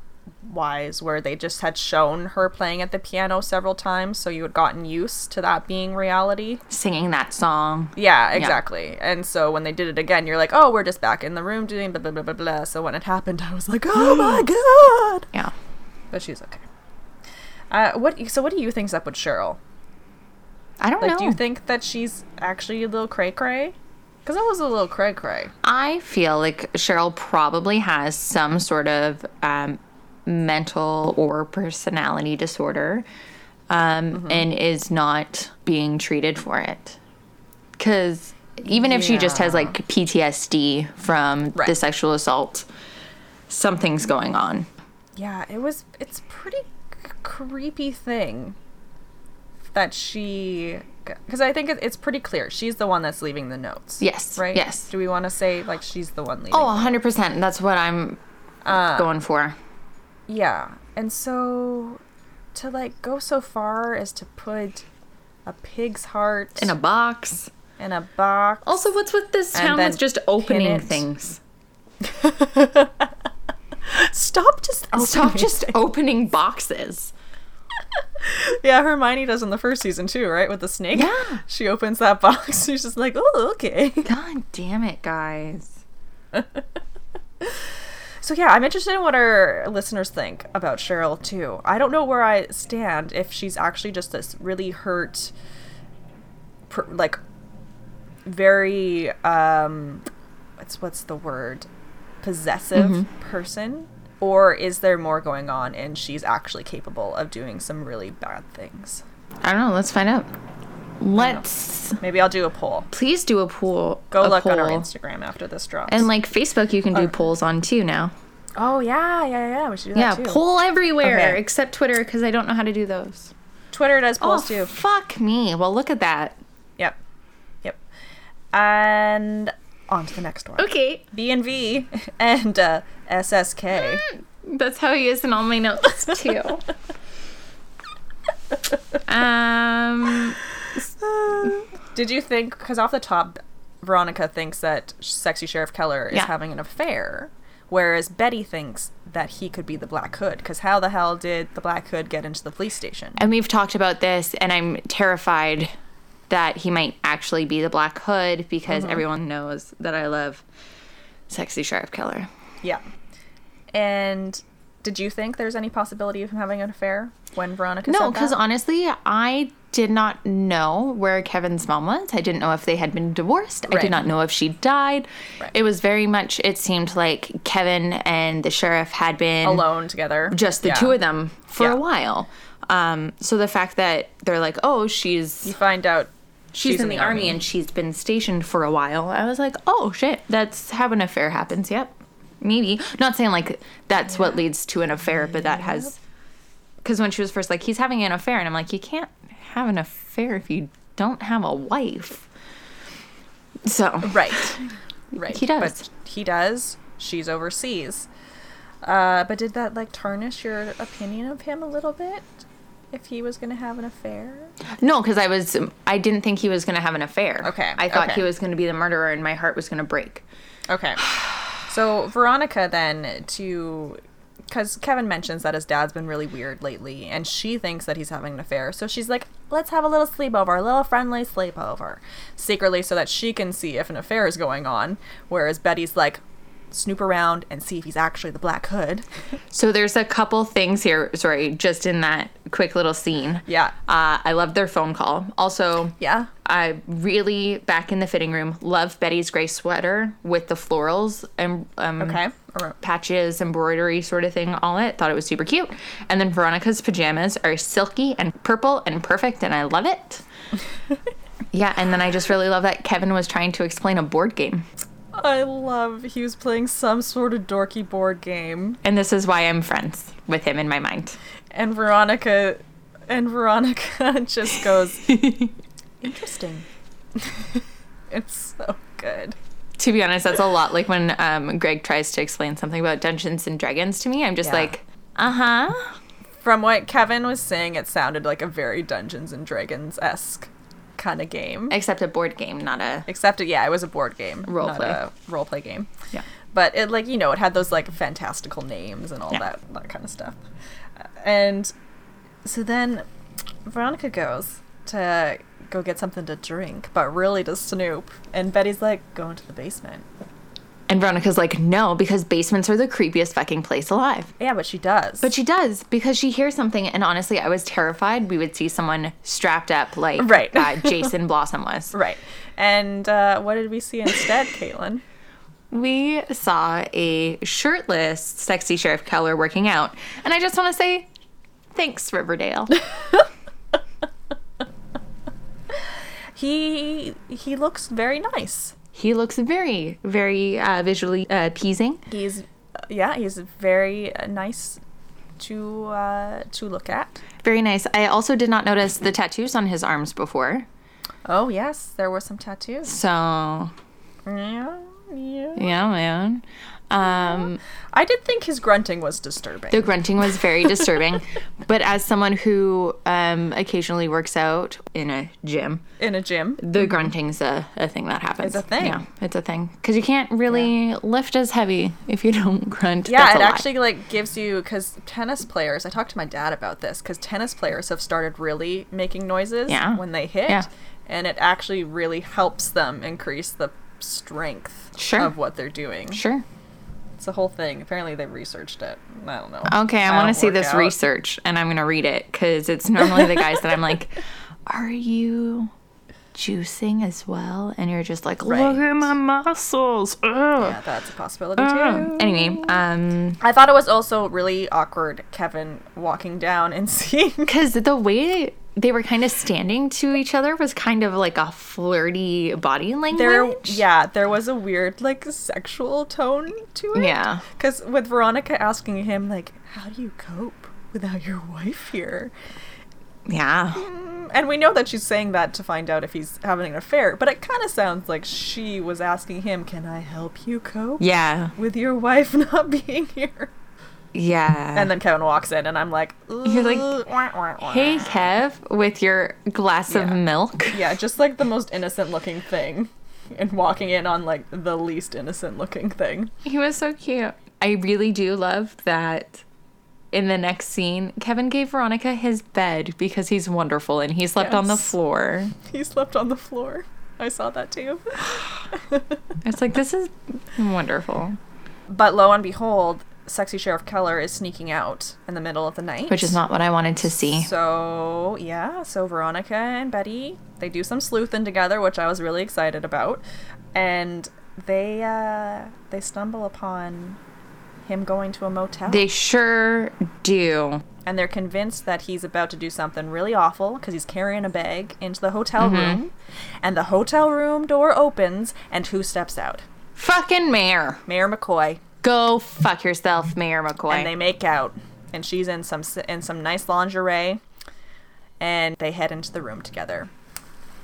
Speaker 1: wise where they just had shown her playing at the piano several times so you had gotten used to that being reality.
Speaker 2: Singing that song.
Speaker 1: Yeah, exactly. And so when they did it again, you're like, "Oh, we're just back in the room doing blah blah blah blah blah." So when it happened, I was like, "Oh my god!"
Speaker 2: Yeah.
Speaker 1: But she's okay. Uh, what? So what do you think's up with Cheryl?
Speaker 2: I don't
Speaker 1: Like,
Speaker 2: know.
Speaker 1: do you think that she's actually a little cray cray? Because I was a little cray cray.
Speaker 2: I feel like Cheryl probably has some sort of um, mental or personality disorder um, and is not being treated for it. Because even if she just has like PTSD from the
Speaker 1: Right.
Speaker 2: sexual assault, something's going on.
Speaker 1: yeah it was it's pretty c- creepy thing that she because i think it, it's pretty clear she's the one that's leaving the notes
Speaker 2: Yes,
Speaker 1: right
Speaker 2: yes.
Speaker 1: do we want to say like she's the one leaving
Speaker 2: Oh, 100%. That's what I'm uh, going for.
Speaker 1: yeah and so to like go so far as to put a pig's heart
Speaker 2: In a box.
Speaker 1: in a box
Speaker 2: Also, what's with this
Speaker 1: And
Speaker 2: town
Speaker 1: then
Speaker 2: that's just
Speaker 1: pin
Speaker 2: opening
Speaker 1: it.
Speaker 2: things?
Speaker 1: stop just
Speaker 2: Oh. Stop
Speaker 1: opening
Speaker 2: just
Speaker 1: it.
Speaker 2: opening boxes.
Speaker 1: yeah hermione does in the first season too right with the snake
Speaker 2: Yeah.
Speaker 1: she opens that box she's just like oh okay
Speaker 2: God damn it, guys.
Speaker 1: So yeah, I'm interested in what our listeners think about Cheryl too. I don't know where I stand if she's actually just this really hurt, pr- like very um, what's what's the word, possessive
Speaker 2: Mm-hmm.
Speaker 1: person, or is there more going on and she's actually capable of doing some really bad things?
Speaker 2: I don't know. Let's find out. Let's
Speaker 1: Maybe I'll do a poll.
Speaker 2: please do a poll.
Speaker 1: Go
Speaker 2: a
Speaker 1: look on our
Speaker 2: poll.
Speaker 1: Instagram after this drops.
Speaker 2: And like Facebook, you can do polls on too now.
Speaker 1: oh yeah, yeah, yeah, we should do
Speaker 2: Yeah,
Speaker 1: that too.
Speaker 2: poll everywhere
Speaker 1: Okay.
Speaker 2: except Twitter because I don't know how to do those.
Speaker 1: Twitter does polls
Speaker 2: oh,
Speaker 1: too.
Speaker 2: fuck me. Well, look at that.
Speaker 1: Yep, yep. And on to the next one.
Speaker 2: Okay,
Speaker 1: B and V and uh, SSK.
Speaker 2: Hmm. that's how he is in all my notes too. um,
Speaker 1: Did you think? Because off the top, Veronica thinks that sexy Sheriff Keller is
Speaker 2: Yeah.
Speaker 1: having an affair, whereas Betty thinks that he could be the Black Hood. Because how the hell did the Black Hood get into the police station?
Speaker 2: and we've talked about this, and I'm terrified that he might actually be the Black Hood because everyone knows that I love sexy sheriff killer.
Speaker 1: Yeah. And did you think there's any possibility of him having an affair when Veronica?
Speaker 2: No,
Speaker 1: said
Speaker 2: because
Speaker 1: that?
Speaker 2: honestly, I did not know where Kevin's mom was. I didn't know if they had been divorced. I
Speaker 1: Right.
Speaker 2: did not know if she died.
Speaker 1: Right.
Speaker 2: It was very much, it seemed like Kevin and the sheriff had been
Speaker 1: alone together,
Speaker 2: just the
Speaker 1: Yeah.
Speaker 2: two of them for
Speaker 1: Yeah.
Speaker 2: a while. Um, so the fact that they're like, oh, she's
Speaker 1: You find out
Speaker 2: she's, in, the, army. and she's been stationed for a while. I was like, oh shit, that's how an affair happens. Yep, maybe. Not saying like that's what leads to an affair, but that has because when she was first like, he's having an affair, and I'm like, you can't have an affair if you don't have a wife. So
Speaker 1: Right. Right.
Speaker 2: He does.
Speaker 1: But he does. She's overseas. Uh, but did that like tarnish your opinion of him a little bit? If he was going to have an affair?
Speaker 2: no, because I was I didn't think he was gonna have an affair.
Speaker 1: Okay,
Speaker 2: I thought
Speaker 1: okay.
Speaker 2: he was gonna be the murderer, and my heart was gonna break.
Speaker 1: Okay. So Veronica then to because Kevin mentions that his dad's been really weird lately, and she thinks that he's having an affair. So she's like, "Let's have a little sleepover, a little friendly sleepover," secretly, so that she can see if an affair is going on. Whereas Betty's like, "Snoop around and see if he's actually the Black Hood."
Speaker 2: So there's a couple things here. Sorry, just in that quick little scene.
Speaker 1: Yeah.
Speaker 2: Uh, I love their phone call. Also,
Speaker 1: Yeah.
Speaker 2: I really back in the fitting room love Betty's gray sweater with the florals and um,
Speaker 1: Okay. Or-
Speaker 2: patches, embroidery sort of thing. All it thought it was super cute. And then Veronica's pajamas are silky and purple and perfect, and I love it. yeah, and then I just really love that Kevin was trying to explain a board game.
Speaker 1: I love he was playing some sort of dorky board game,
Speaker 2: And this is why I'm friends with him in my mind.
Speaker 1: and Veronica, and Veronica just goes, "Interesting." it's so good.
Speaker 2: to be honest, that's a lot like when um, Greg tries to explain something about Dungeons and Dragons to me. I'm just
Speaker 1: Yeah. Uh-huh.
Speaker 2: like, uh huh.
Speaker 1: From what Kevin was saying, it sounded like a very Dungeons and Dragons esque kind of game.
Speaker 2: Except a board game, not a.
Speaker 1: Except, it, yeah, it was a board game,
Speaker 2: Role
Speaker 1: not
Speaker 2: play.
Speaker 1: a role play game.
Speaker 2: Yeah.
Speaker 1: but it like you know it had those like fantastical names and all
Speaker 2: Yeah.
Speaker 1: that that kind of stuff Uh, and so then veronica goes to go get something to drink but really to snoop and betty's like go into the basement
Speaker 2: And Veronica's like, no, because basements are the creepiest fucking place alive.
Speaker 1: yeah but she does
Speaker 2: But she does because she hears something. And honestly, I was terrified we would see someone strapped up like
Speaker 1: Right.
Speaker 2: uh, Jason Blossom was.
Speaker 1: right and uh, what did we see instead caitlin
Speaker 2: We saw a shirtless, sexy Sheriff Keller working out. And I just want to say, thanks, Riverdale.
Speaker 1: he he looks very nice
Speaker 2: he looks very, very uh, visually uh, appeasing.
Speaker 1: he's yeah he's very uh, nice to uh, to look at
Speaker 2: Very nice. I also did not notice the tattoos on his arms before.
Speaker 1: oh yes there were some tattoos
Speaker 2: So, yeah,
Speaker 1: yeah yeah
Speaker 2: man. Um,
Speaker 1: I did think his grunting was disturbing.
Speaker 2: the grunting was very disturbing. but as someone who um, occasionally works out in a gym,
Speaker 1: in a gym.
Speaker 2: the grunting's a, a thing that happens.
Speaker 1: Mm-hmm. It's a thing.
Speaker 2: Yeah, it's a thing. Because you can't really lift as heavy if you don't grunt.
Speaker 1: Yeah,
Speaker 2: That's
Speaker 1: it
Speaker 2: a lot.
Speaker 1: actually like gives you because tennis players. I talked to my dad about this because tennis players have started really making noises
Speaker 2: Yeah.
Speaker 1: when they hit,
Speaker 2: Yeah.
Speaker 1: and it actually really helps them increase the strength
Speaker 2: Sure.
Speaker 1: of what they're doing.
Speaker 2: Sure.
Speaker 1: It's a whole thing. Apparently, they researched it. I don't know.
Speaker 2: Okay, I,
Speaker 1: don't
Speaker 2: want to see
Speaker 1: work
Speaker 2: this
Speaker 1: out.
Speaker 2: research and I'm going to read it because it's normally the guys that I'm like, are you juicing as well? And you're just like, look
Speaker 1: Right.
Speaker 2: at my muscles. Ugh.
Speaker 1: Yeah, that's a possibility
Speaker 2: Ah.
Speaker 1: too.
Speaker 2: Anyway, um,
Speaker 1: I thought it was also really awkward, Kevin walking down and seeing
Speaker 2: because the way they were kind of standing to each other was kind of like a flirty body language.
Speaker 1: There, yeah, there was a weird like sexual tone to it.
Speaker 2: Yeah.
Speaker 1: because with Veronica asking him like, "How do you cope without your wife here?"
Speaker 2: Yeah.
Speaker 1: and we know that she's saying that to find out if he's having an affair, but it kind of sounds like she was asking him, "Can I help you cope
Speaker 2: Yeah.
Speaker 1: with your wife not being here?"
Speaker 2: Yeah.
Speaker 1: And then Kevin walks in, and I'm like,
Speaker 2: You're like,
Speaker 1: "Ooh, wah, wah, wah."
Speaker 2: hey, Kev, with your glass of
Speaker 1: Yeah.
Speaker 2: milk.
Speaker 1: yeah, just like the most innocent looking thing, and walking in on like the least innocent looking thing.
Speaker 2: He was so cute. I really do love that in the next scene, Kevin gave Veronica his bed because he's wonderful and he slept on the
Speaker 1: Yes.
Speaker 2: floor.
Speaker 1: He slept on the floor. I saw that too.
Speaker 2: It's like, this is wonderful,
Speaker 1: But lo and behold, sexy Sheriff Keller is sneaking out in the middle of the night.
Speaker 2: which is not what I wanted to see.
Speaker 1: So, yeah, so Veronica and Betty, they do some sleuthing together, which I was really excited about. And they uh they stumble upon him going to a motel
Speaker 2: They sure do.
Speaker 1: and they're convinced that he's about to do something really awful because he's carrying a bag into the hotel
Speaker 2: Mm-hmm.
Speaker 1: room and the hotel room door opens and who steps out
Speaker 2: Fucking Mayor.
Speaker 1: mayor mccoy
Speaker 2: Go fuck yourself, Mayor McCoy.
Speaker 1: and they make out and she's in some s- in some nice lingerie and they head into the room together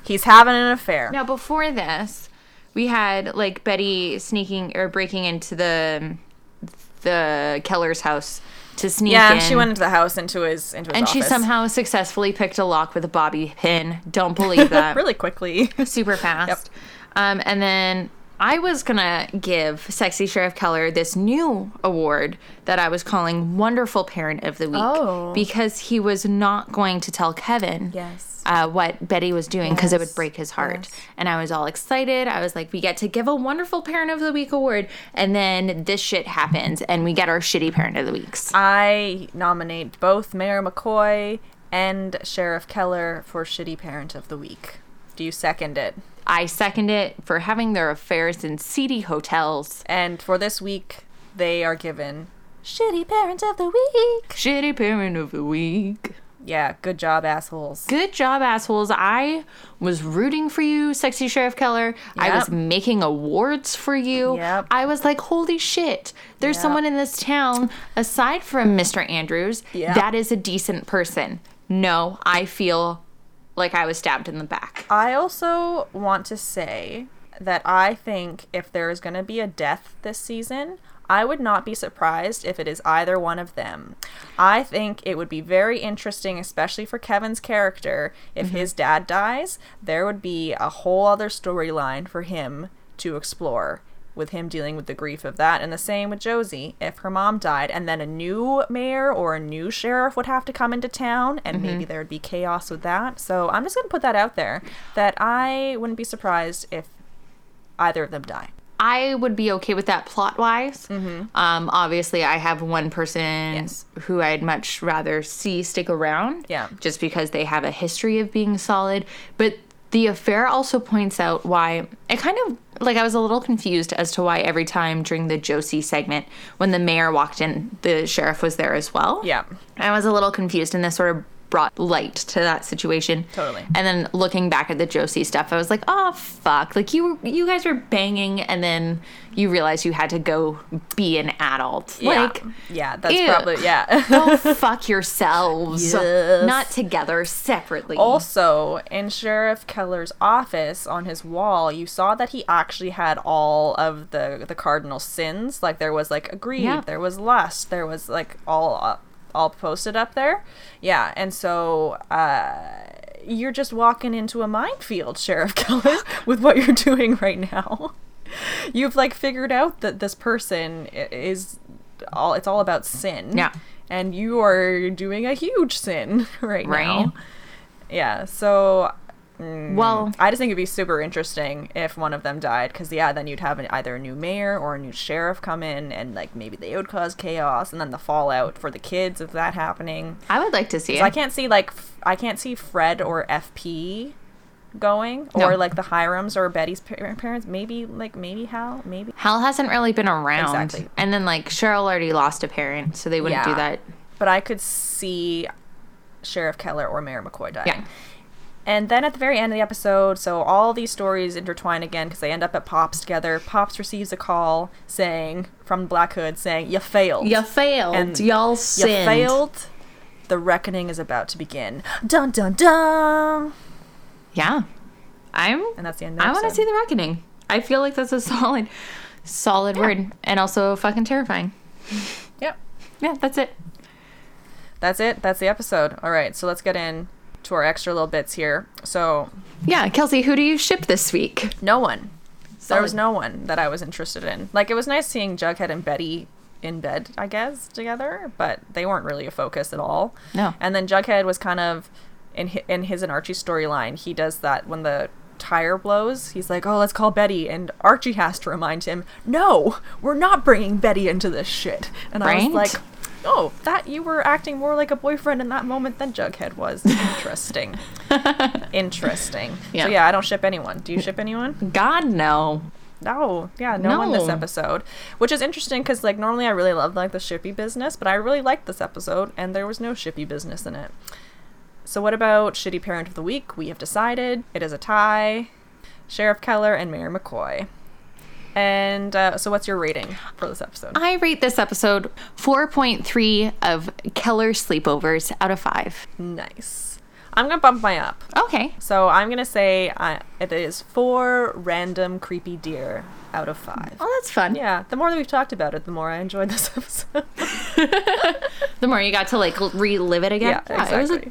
Speaker 1: he's having an affair
Speaker 2: Now, before this, we had like Betty sneaking or breaking into the the Keller's house to sneak
Speaker 1: yeah
Speaker 2: in.
Speaker 1: she went into the house into his into his
Speaker 2: and she
Speaker 1: office.
Speaker 2: somehow successfully picked a lock with a bobby pin. Don't believe that.
Speaker 1: really quickly
Speaker 2: super fast. Um, and then I was gonna give Sexy Sheriff Keller this new award that I was calling Wonderful Parent of the Week
Speaker 1: Oh.
Speaker 2: because he was not going to tell Kevin
Speaker 1: Yes.
Speaker 2: uh, what Betty was doing because it would
Speaker 1: Yes.
Speaker 2: break his heart.
Speaker 1: Yes.
Speaker 2: And I was all excited. I was like, we get to give a Wonderful Parent of the Week award, and then this shit happens, and we get our shitty Parent of the Weeks.
Speaker 1: i nominate both mayor mccoy and sheriff keller for shitty parent of the week do you second it
Speaker 2: I second it for having their affairs in seedy hotels.
Speaker 1: and for this week they are given shitty parent of the week
Speaker 2: Shitty Parent of the Week.
Speaker 1: yeah good job assholes
Speaker 2: good job, assholes. I was rooting for you, sexy Sheriff Keller. I
Speaker 1: Yep.
Speaker 2: was making awards for you.
Speaker 1: Yep.
Speaker 2: I was like, holy shit, there's
Speaker 1: Yep.
Speaker 2: someone in this town aside from Mr. Andrews
Speaker 1: Yep.
Speaker 2: that is a decent person. No, I feel like I was stabbed in the back.
Speaker 1: I also want to say that I think if there is going to be a death this season, I would not be surprised if it is either one of them. I think it would be very interesting, especially for Kevin's character, if his dad dies, there would be a whole other storyline for him to explore with him dealing with the grief of that. And the same with Josie. If her mom died, and then a new mayor or a new sheriff would have to come into town, and
Speaker 2: Mm-hmm.
Speaker 1: maybe there would be chaos with that. So I'm just going to put that out there that I wouldn't be surprised if either of them die.
Speaker 2: I would be okay with that plot wise. Um, obviously, I have one person
Speaker 1: Mm-hmm. Yes.
Speaker 2: who I'd much rather see stick around.
Speaker 1: Yeah.
Speaker 2: Just because they have a history of being solid. But the affair also points out why I kind of like I was a little confused as to why every time during the Josie segment when the mayor walked in, the sheriff was there as well.
Speaker 1: Yeah.
Speaker 2: I was a little confused, and this sort of brought light to that situation.
Speaker 1: Totally.
Speaker 2: And then looking back at the Josie stuff, I was like, "Oh fuck!" Like you, were, you guys were banging, and then you realized you had to go be an adult. Like,
Speaker 1: yeah. yeah, that's
Speaker 2: ew.
Speaker 1: probably, yeah.
Speaker 2: go fuck yourselves.
Speaker 1: Yes. Oh.
Speaker 2: Not together, separately.
Speaker 1: Also, in Sheriff Keller's office on his wall, you saw that he actually had all of the the cardinal sins. Like there was like a greed,
Speaker 2: Yeah.
Speaker 1: there was lust, there was like all up, all posted up there. Yeah, and so uh, you're just walking into a minefield, Sheriff Keller, with what you're doing right now. You've like figured out that this person i- is all it's all about sin.
Speaker 2: Yeah.
Speaker 1: And you are doing a huge sin right,
Speaker 2: Right.
Speaker 1: now. Yeah, so
Speaker 2: well,
Speaker 1: I just think it'd be super interesting if one of them died, because yeah, then you'd have an, either a new mayor or a new sheriff come in, and like maybe they would cause chaos, and then the fallout for the kids of that happening.
Speaker 2: I would like to see it.
Speaker 1: So I can't see like f- I can't see Fred or FP going,
Speaker 2: No.
Speaker 1: or like the Hirams or Betty's par- parents. Maybe like maybe Hal, maybe
Speaker 2: Hal hasn't really been around,
Speaker 1: Exactly.
Speaker 2: and then like Cheryl already lost a parent, so they wouldn't do
Speaker 1: Yeah.
Speaker 2: that.
Speaker 1: but I could see Sheriff Keller or Mayor McCoy dying.
Speaker 2: Yeah.
Speaker 1: And then at the very end of the episode, so all these stories intertwine again because they end up at Pops together. Pops receives a call saying from Black Hood saying, "You failed.
Speaker 2: You failed.
Speaker 1: And
Speaker 2: Y'all
Speaker 1: You
Speaker 2: sinned.
Speaker 1: failed. The reckoning is about to begin. Dun dun dun."
Speaker 2: Yeah. I'm
Speaker 1: And that's the end. Of the
Speaker 2: I want to
Speaker 1: episode.
Speaker 2: see the reckoning. I feel like that's a solid solid word and also fucking terrifying.
Speaker 1: Yep.
Speaker 2: Yeah, that's it.
Speaker 1: That's it. That's the episode. All right. So let's get in to our extra little bits here. So
Speaker 2: Yeah, Kelsey, who do you ship this week?
Speaker 1: no one. There was
Speaker 2: Solid.
Speaker 1: no one that I was interested in. Like it was nice seeing Jughead and Betty in bed, I guess, together, but they weren't really a focus at all.
Speaker 2: No.
Speaker 1: And then Jughead was kind of in hi- in his and Archie storyline. He does that when the tire blows. He's like, "Oh, let's call Betty," and Archie has to remind him, "No, we're not bringing Betty into this shit." And I
Speaker 2: Right?
Speaker 1: was like. Oh, that you were acting more like a boyfriend in that moment than Jughead was. Interesting. Interesting.
Speaker 2: Yeah.
Speaker 1: So yeah, I don't ship anyone. Do you ship anyone?
Speaker 2: God no.
Speaker 1: No, Oh, yeah, no, one this
Speaker 2: No.
Speaker 1: episode, which is interesting because like normally I really love like the shippy business, but I really liked this episode and there was no shippy business in it. So what about shitty parent of the week? We have decided it is a tie, Sheriff Keller and Mayor McCoy. And uh, so what's your rating for this episode?
Speaker 2: I rate this episode 4.3 of Keller sleepovers out of 5.
Speaker 1: nice. I'm gonna bump my up.
Speaker 2: Okay.
Speaker 1: So I'm gonna say uh, it is four random creepy deer out of five.
Speaker 2: Well, that's fun.
Speaker 1: Yeah, the more that we've talked about it, the more I enjoyed this episode.
Speaker 2: The more you got to like l- relive it again.
Speaker 1: Yeah,
Speaker 2: It was a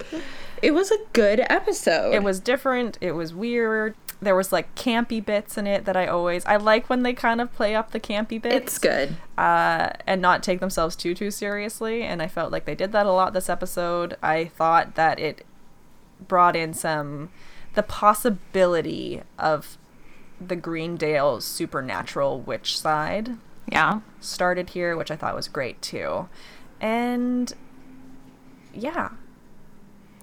Speaker 2: It was a good episode.
Speaker 1: it was different it was weird there was like campy bits in it that i always i like when they kind of play up the campy bits
Speaker 2: it's good.
Speaker 1: uh, and not take themselves too too seriously and i felt like they did that a lot this episode i thought that it brought in some the possibility of the greendale supernatural witch side
Speaker 2: Yeah.
Speaker 1: started here which i thought was great too and yeah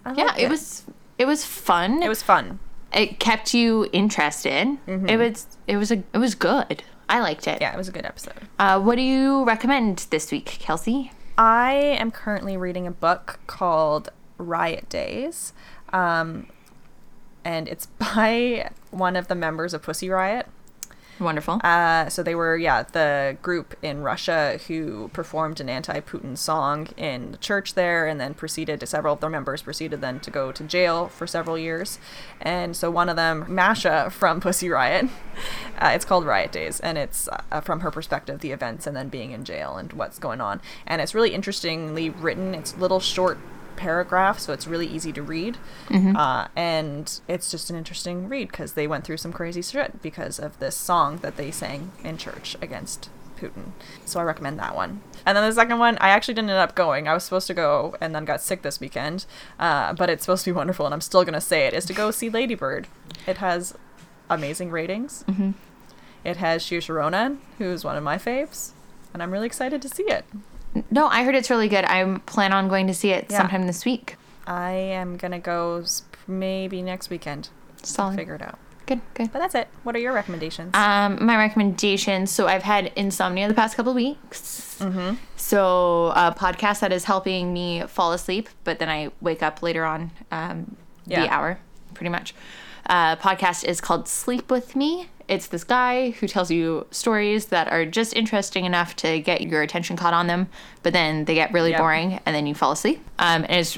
Speaker 1: I
Speaker 2: Yeah,
Speaker 1: liked
Speaker 2: it was it was fun.
Speaker 1: it was fun
Speaker 2: it kept you interested. It was it was a it was good. I liked it.
Speaker 1: Mm-hmm. yeah it was a good episode
Speaker 2: Uh, what do you recommend this week, Kelsey?
Speaker 1: I am currently reading a book called Riot Days, um, and it's by one of the members of Pussy Riot.
Speaker 2: Wonderful.
Speaker 1: Uh, so they were, yeah, the group in Russia who performed an anti-Putin song in the church there, and then proceeded to several of their members proceeded then to go to jail for several years. And so one of them, Masha from Pussy Riot, uh, it's called Riot Days, and it's uh, from her perspective the events and then being in jail and what's going on. And it's really interestingly written. It's little short paragraph, so it's really easy to read. Uh, and it's just an interesting read because they went through some crazy shit because of this song that they sang in church against Putin. So I recommend that one. And then the second one, I actually didn't end up going. I was supposed to go and then got sick this weekend, uh, but it's supposed to be wonderful, and I'm still going to say it, is to go see Ladybird. It has amazing ratings. It has Shu Sharonan, who's one of my faves, and I'm really excited to see it.
Speaker 2: no, I heard it's really good. I plan on going to see it
Speaker 1: Yeah.
Speaker 2: sometime this week.
Speaker 1: I am gonna go s- maybe next weekend.
Speaker 2: Solid.
Speaker 1: Figure it out.
Speaker 2: Good. Good.
Speaker 1: But that's it. What are your recommendations?
Speaker 2: Um, my recommendations. So I've had insomnia the past couple weeks.
Speaker 1: Mm-hmm.
Speaker 2: So a podcast that is helping me fall asleep, but then I wake up later on um, the
Speaker 1: Yeah.
Speaker 2: hour, pretty much. Uh, podcast is called Sleep with Me. It's this guy who tells you stories that are just interesting enough to get your attention caught on them, but then they get really
Speaker 1: Yeah.
Speaker 2: boring, and then you fall asleep. Um, and it's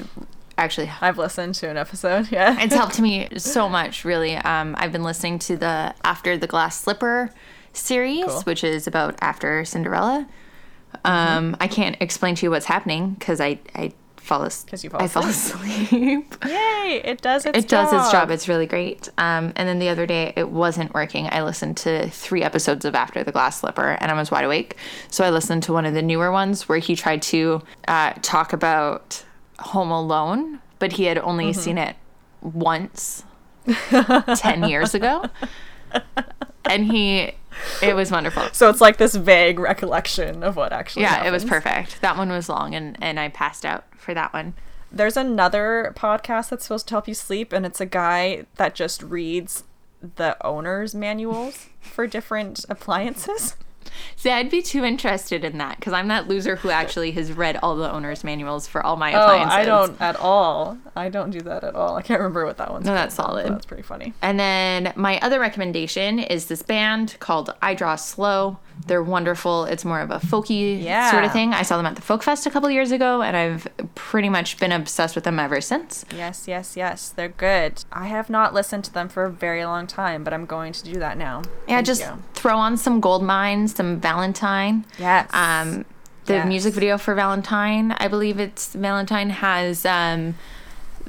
Speaker 2: actually
Speaker 1: I've listened to an episode. Yeah.
Speaker 2: it's helped me so much really um, i've been listening to the after the glass slipper series
Speaker 1: Cool. Mm-hmm.
Speaker 2: which is about after cinderella um, i can't explain to you what's happening because i i fall, as-
Speaker 1: 'Cause you fall
Speaker 2: I fall asleep
Speaker 1: Yay! It does its
Speaker 2: it does its job it's really great um, and then the other day it wasn't working i listened to three episodes of after the glass slipper and i was wide awake so i listened to one of the newer ones where he tried to uh, talk about home alone but he had only seen it once 10 years ago and he it was wonderful
Speaker 1: So it's like this vague recollection of what actually.
Speaker 2: yeah it was
Speaker 1: happened.
Speaker 2: perfect that one was long and and i passed out for that one
Speaker 1: There's another podcast that's supposed to help you sleep, and it's a guy that just reads the owner's manuals for different appliances.
Speaker 2: See, I'd be too interested in that because I'm that loser who actually has read all the owner's manuals for all my
Speaker 1: Oh,
Speaker 2: appliances.
Speaker 1: I don't at all. I don't do that at all. I can't remember what that one's
Speaker 2: No,
Speaker 1: called,
Speaker 2: that's
Speaker 1: but
Speaker 2: solid.
Speaker 1: That's pretty funny.
Speaker 2: And then my other recommendation is this band called I Draw Slow. They're wonderful. It's more of a folky
Speaker 1: Yeah.
Speaker 2: sort of thing. I saw them at the Folk Fest a couple years ago, and I've pretty much been obsessed with them ever since.
Speaker 1: Yes, yes, yes. They're good. I have not listened to them for a very long time, but I'm going to do that now.
Speaker 2: Yeah,
Speaker 1: Thank
Speaker 2: just
Speaker 1: you.
Speaker 2: throw on some Gold Mine, some Valentine.
Speaker 1: Yes.
Speaker 2: Um, the
Speaker 1: Yes.
Speaker 2: music video for Valentine, I believe it's Valentine, has um,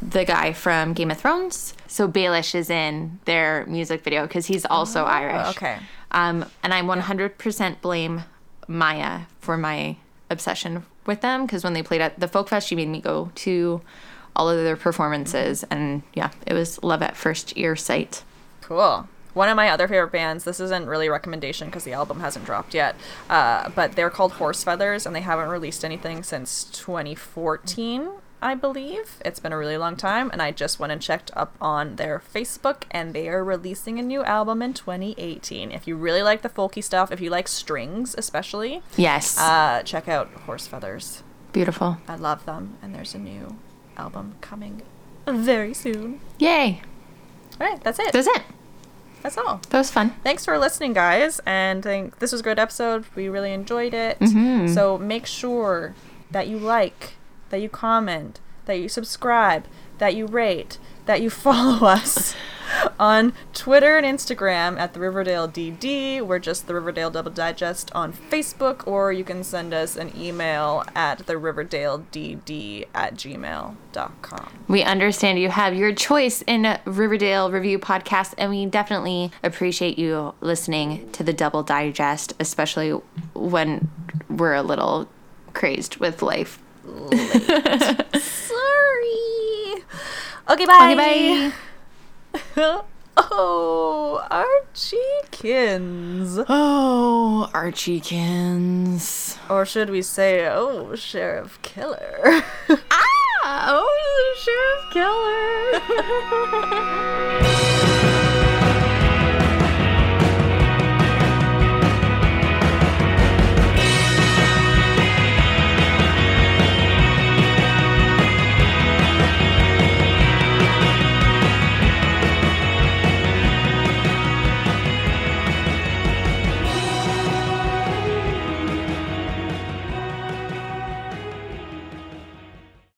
Speaker 2: the guy from Game of Thrones. So Baelish is in their music video because he's also Irish.
Speaker 1: Oh, okay.
Speaker 2: Um, and I 100% blame Maya for my obsession with them because when they played at the Folk Fest, she made me go to all of their performances. And yeah, it was love at first ear sight.
Speaker 1: Cool. One of my other favorite bands. This isn't really a recommendation because the album hasn't dropped yet, uh, but they're called Horse Feathers, and they haven't released anything since 2014, I believe. It's been a really long time, and I just went and checked up on their Facebook, and they are releasing a new album in 2018. If you really like the folky stuff, if you like strings especially,
Speaker 2: Yes.
Speaker 1: uh, check out Horse Feathers.
Speaker 2: Beautiful.
Speaker 1: I love them, and there's a new album coming very soon.
Speaker 2: Yay.
Speaker 1: All right, that's it.
Speaker 2: That's it.
Speaker 1: That's all.
Speaker 2: That was fun.
Speaker 1: Thanks for listening, guys, and think this was a great episode. We really enjoyed it. So make sure that you like, that you comment, that you subscribe, that you rate, that you follow us on Twitter and Instagram at the Riverdale DD. We're just the Riverdale Double Digest on Facebook, or you can send us an email at the Riverdale DD at gmail.com.
Speaker 2: We understand you have your choice in Riverdale Review Podcast, and we definitely appreciate you listening to the Double Digest, especially when we're a little crazed with life.
Speaker 1: Sorry. Okay,
Speaker 2: Okay, bye.
Speaker 1: oh, Archiekins.
Speaker 2: Oh, Archiekins.
Speaker 1: Or should we say, oh, Sheriff Killer?
Speaker 2: Ah, oh, Sheriff Keller.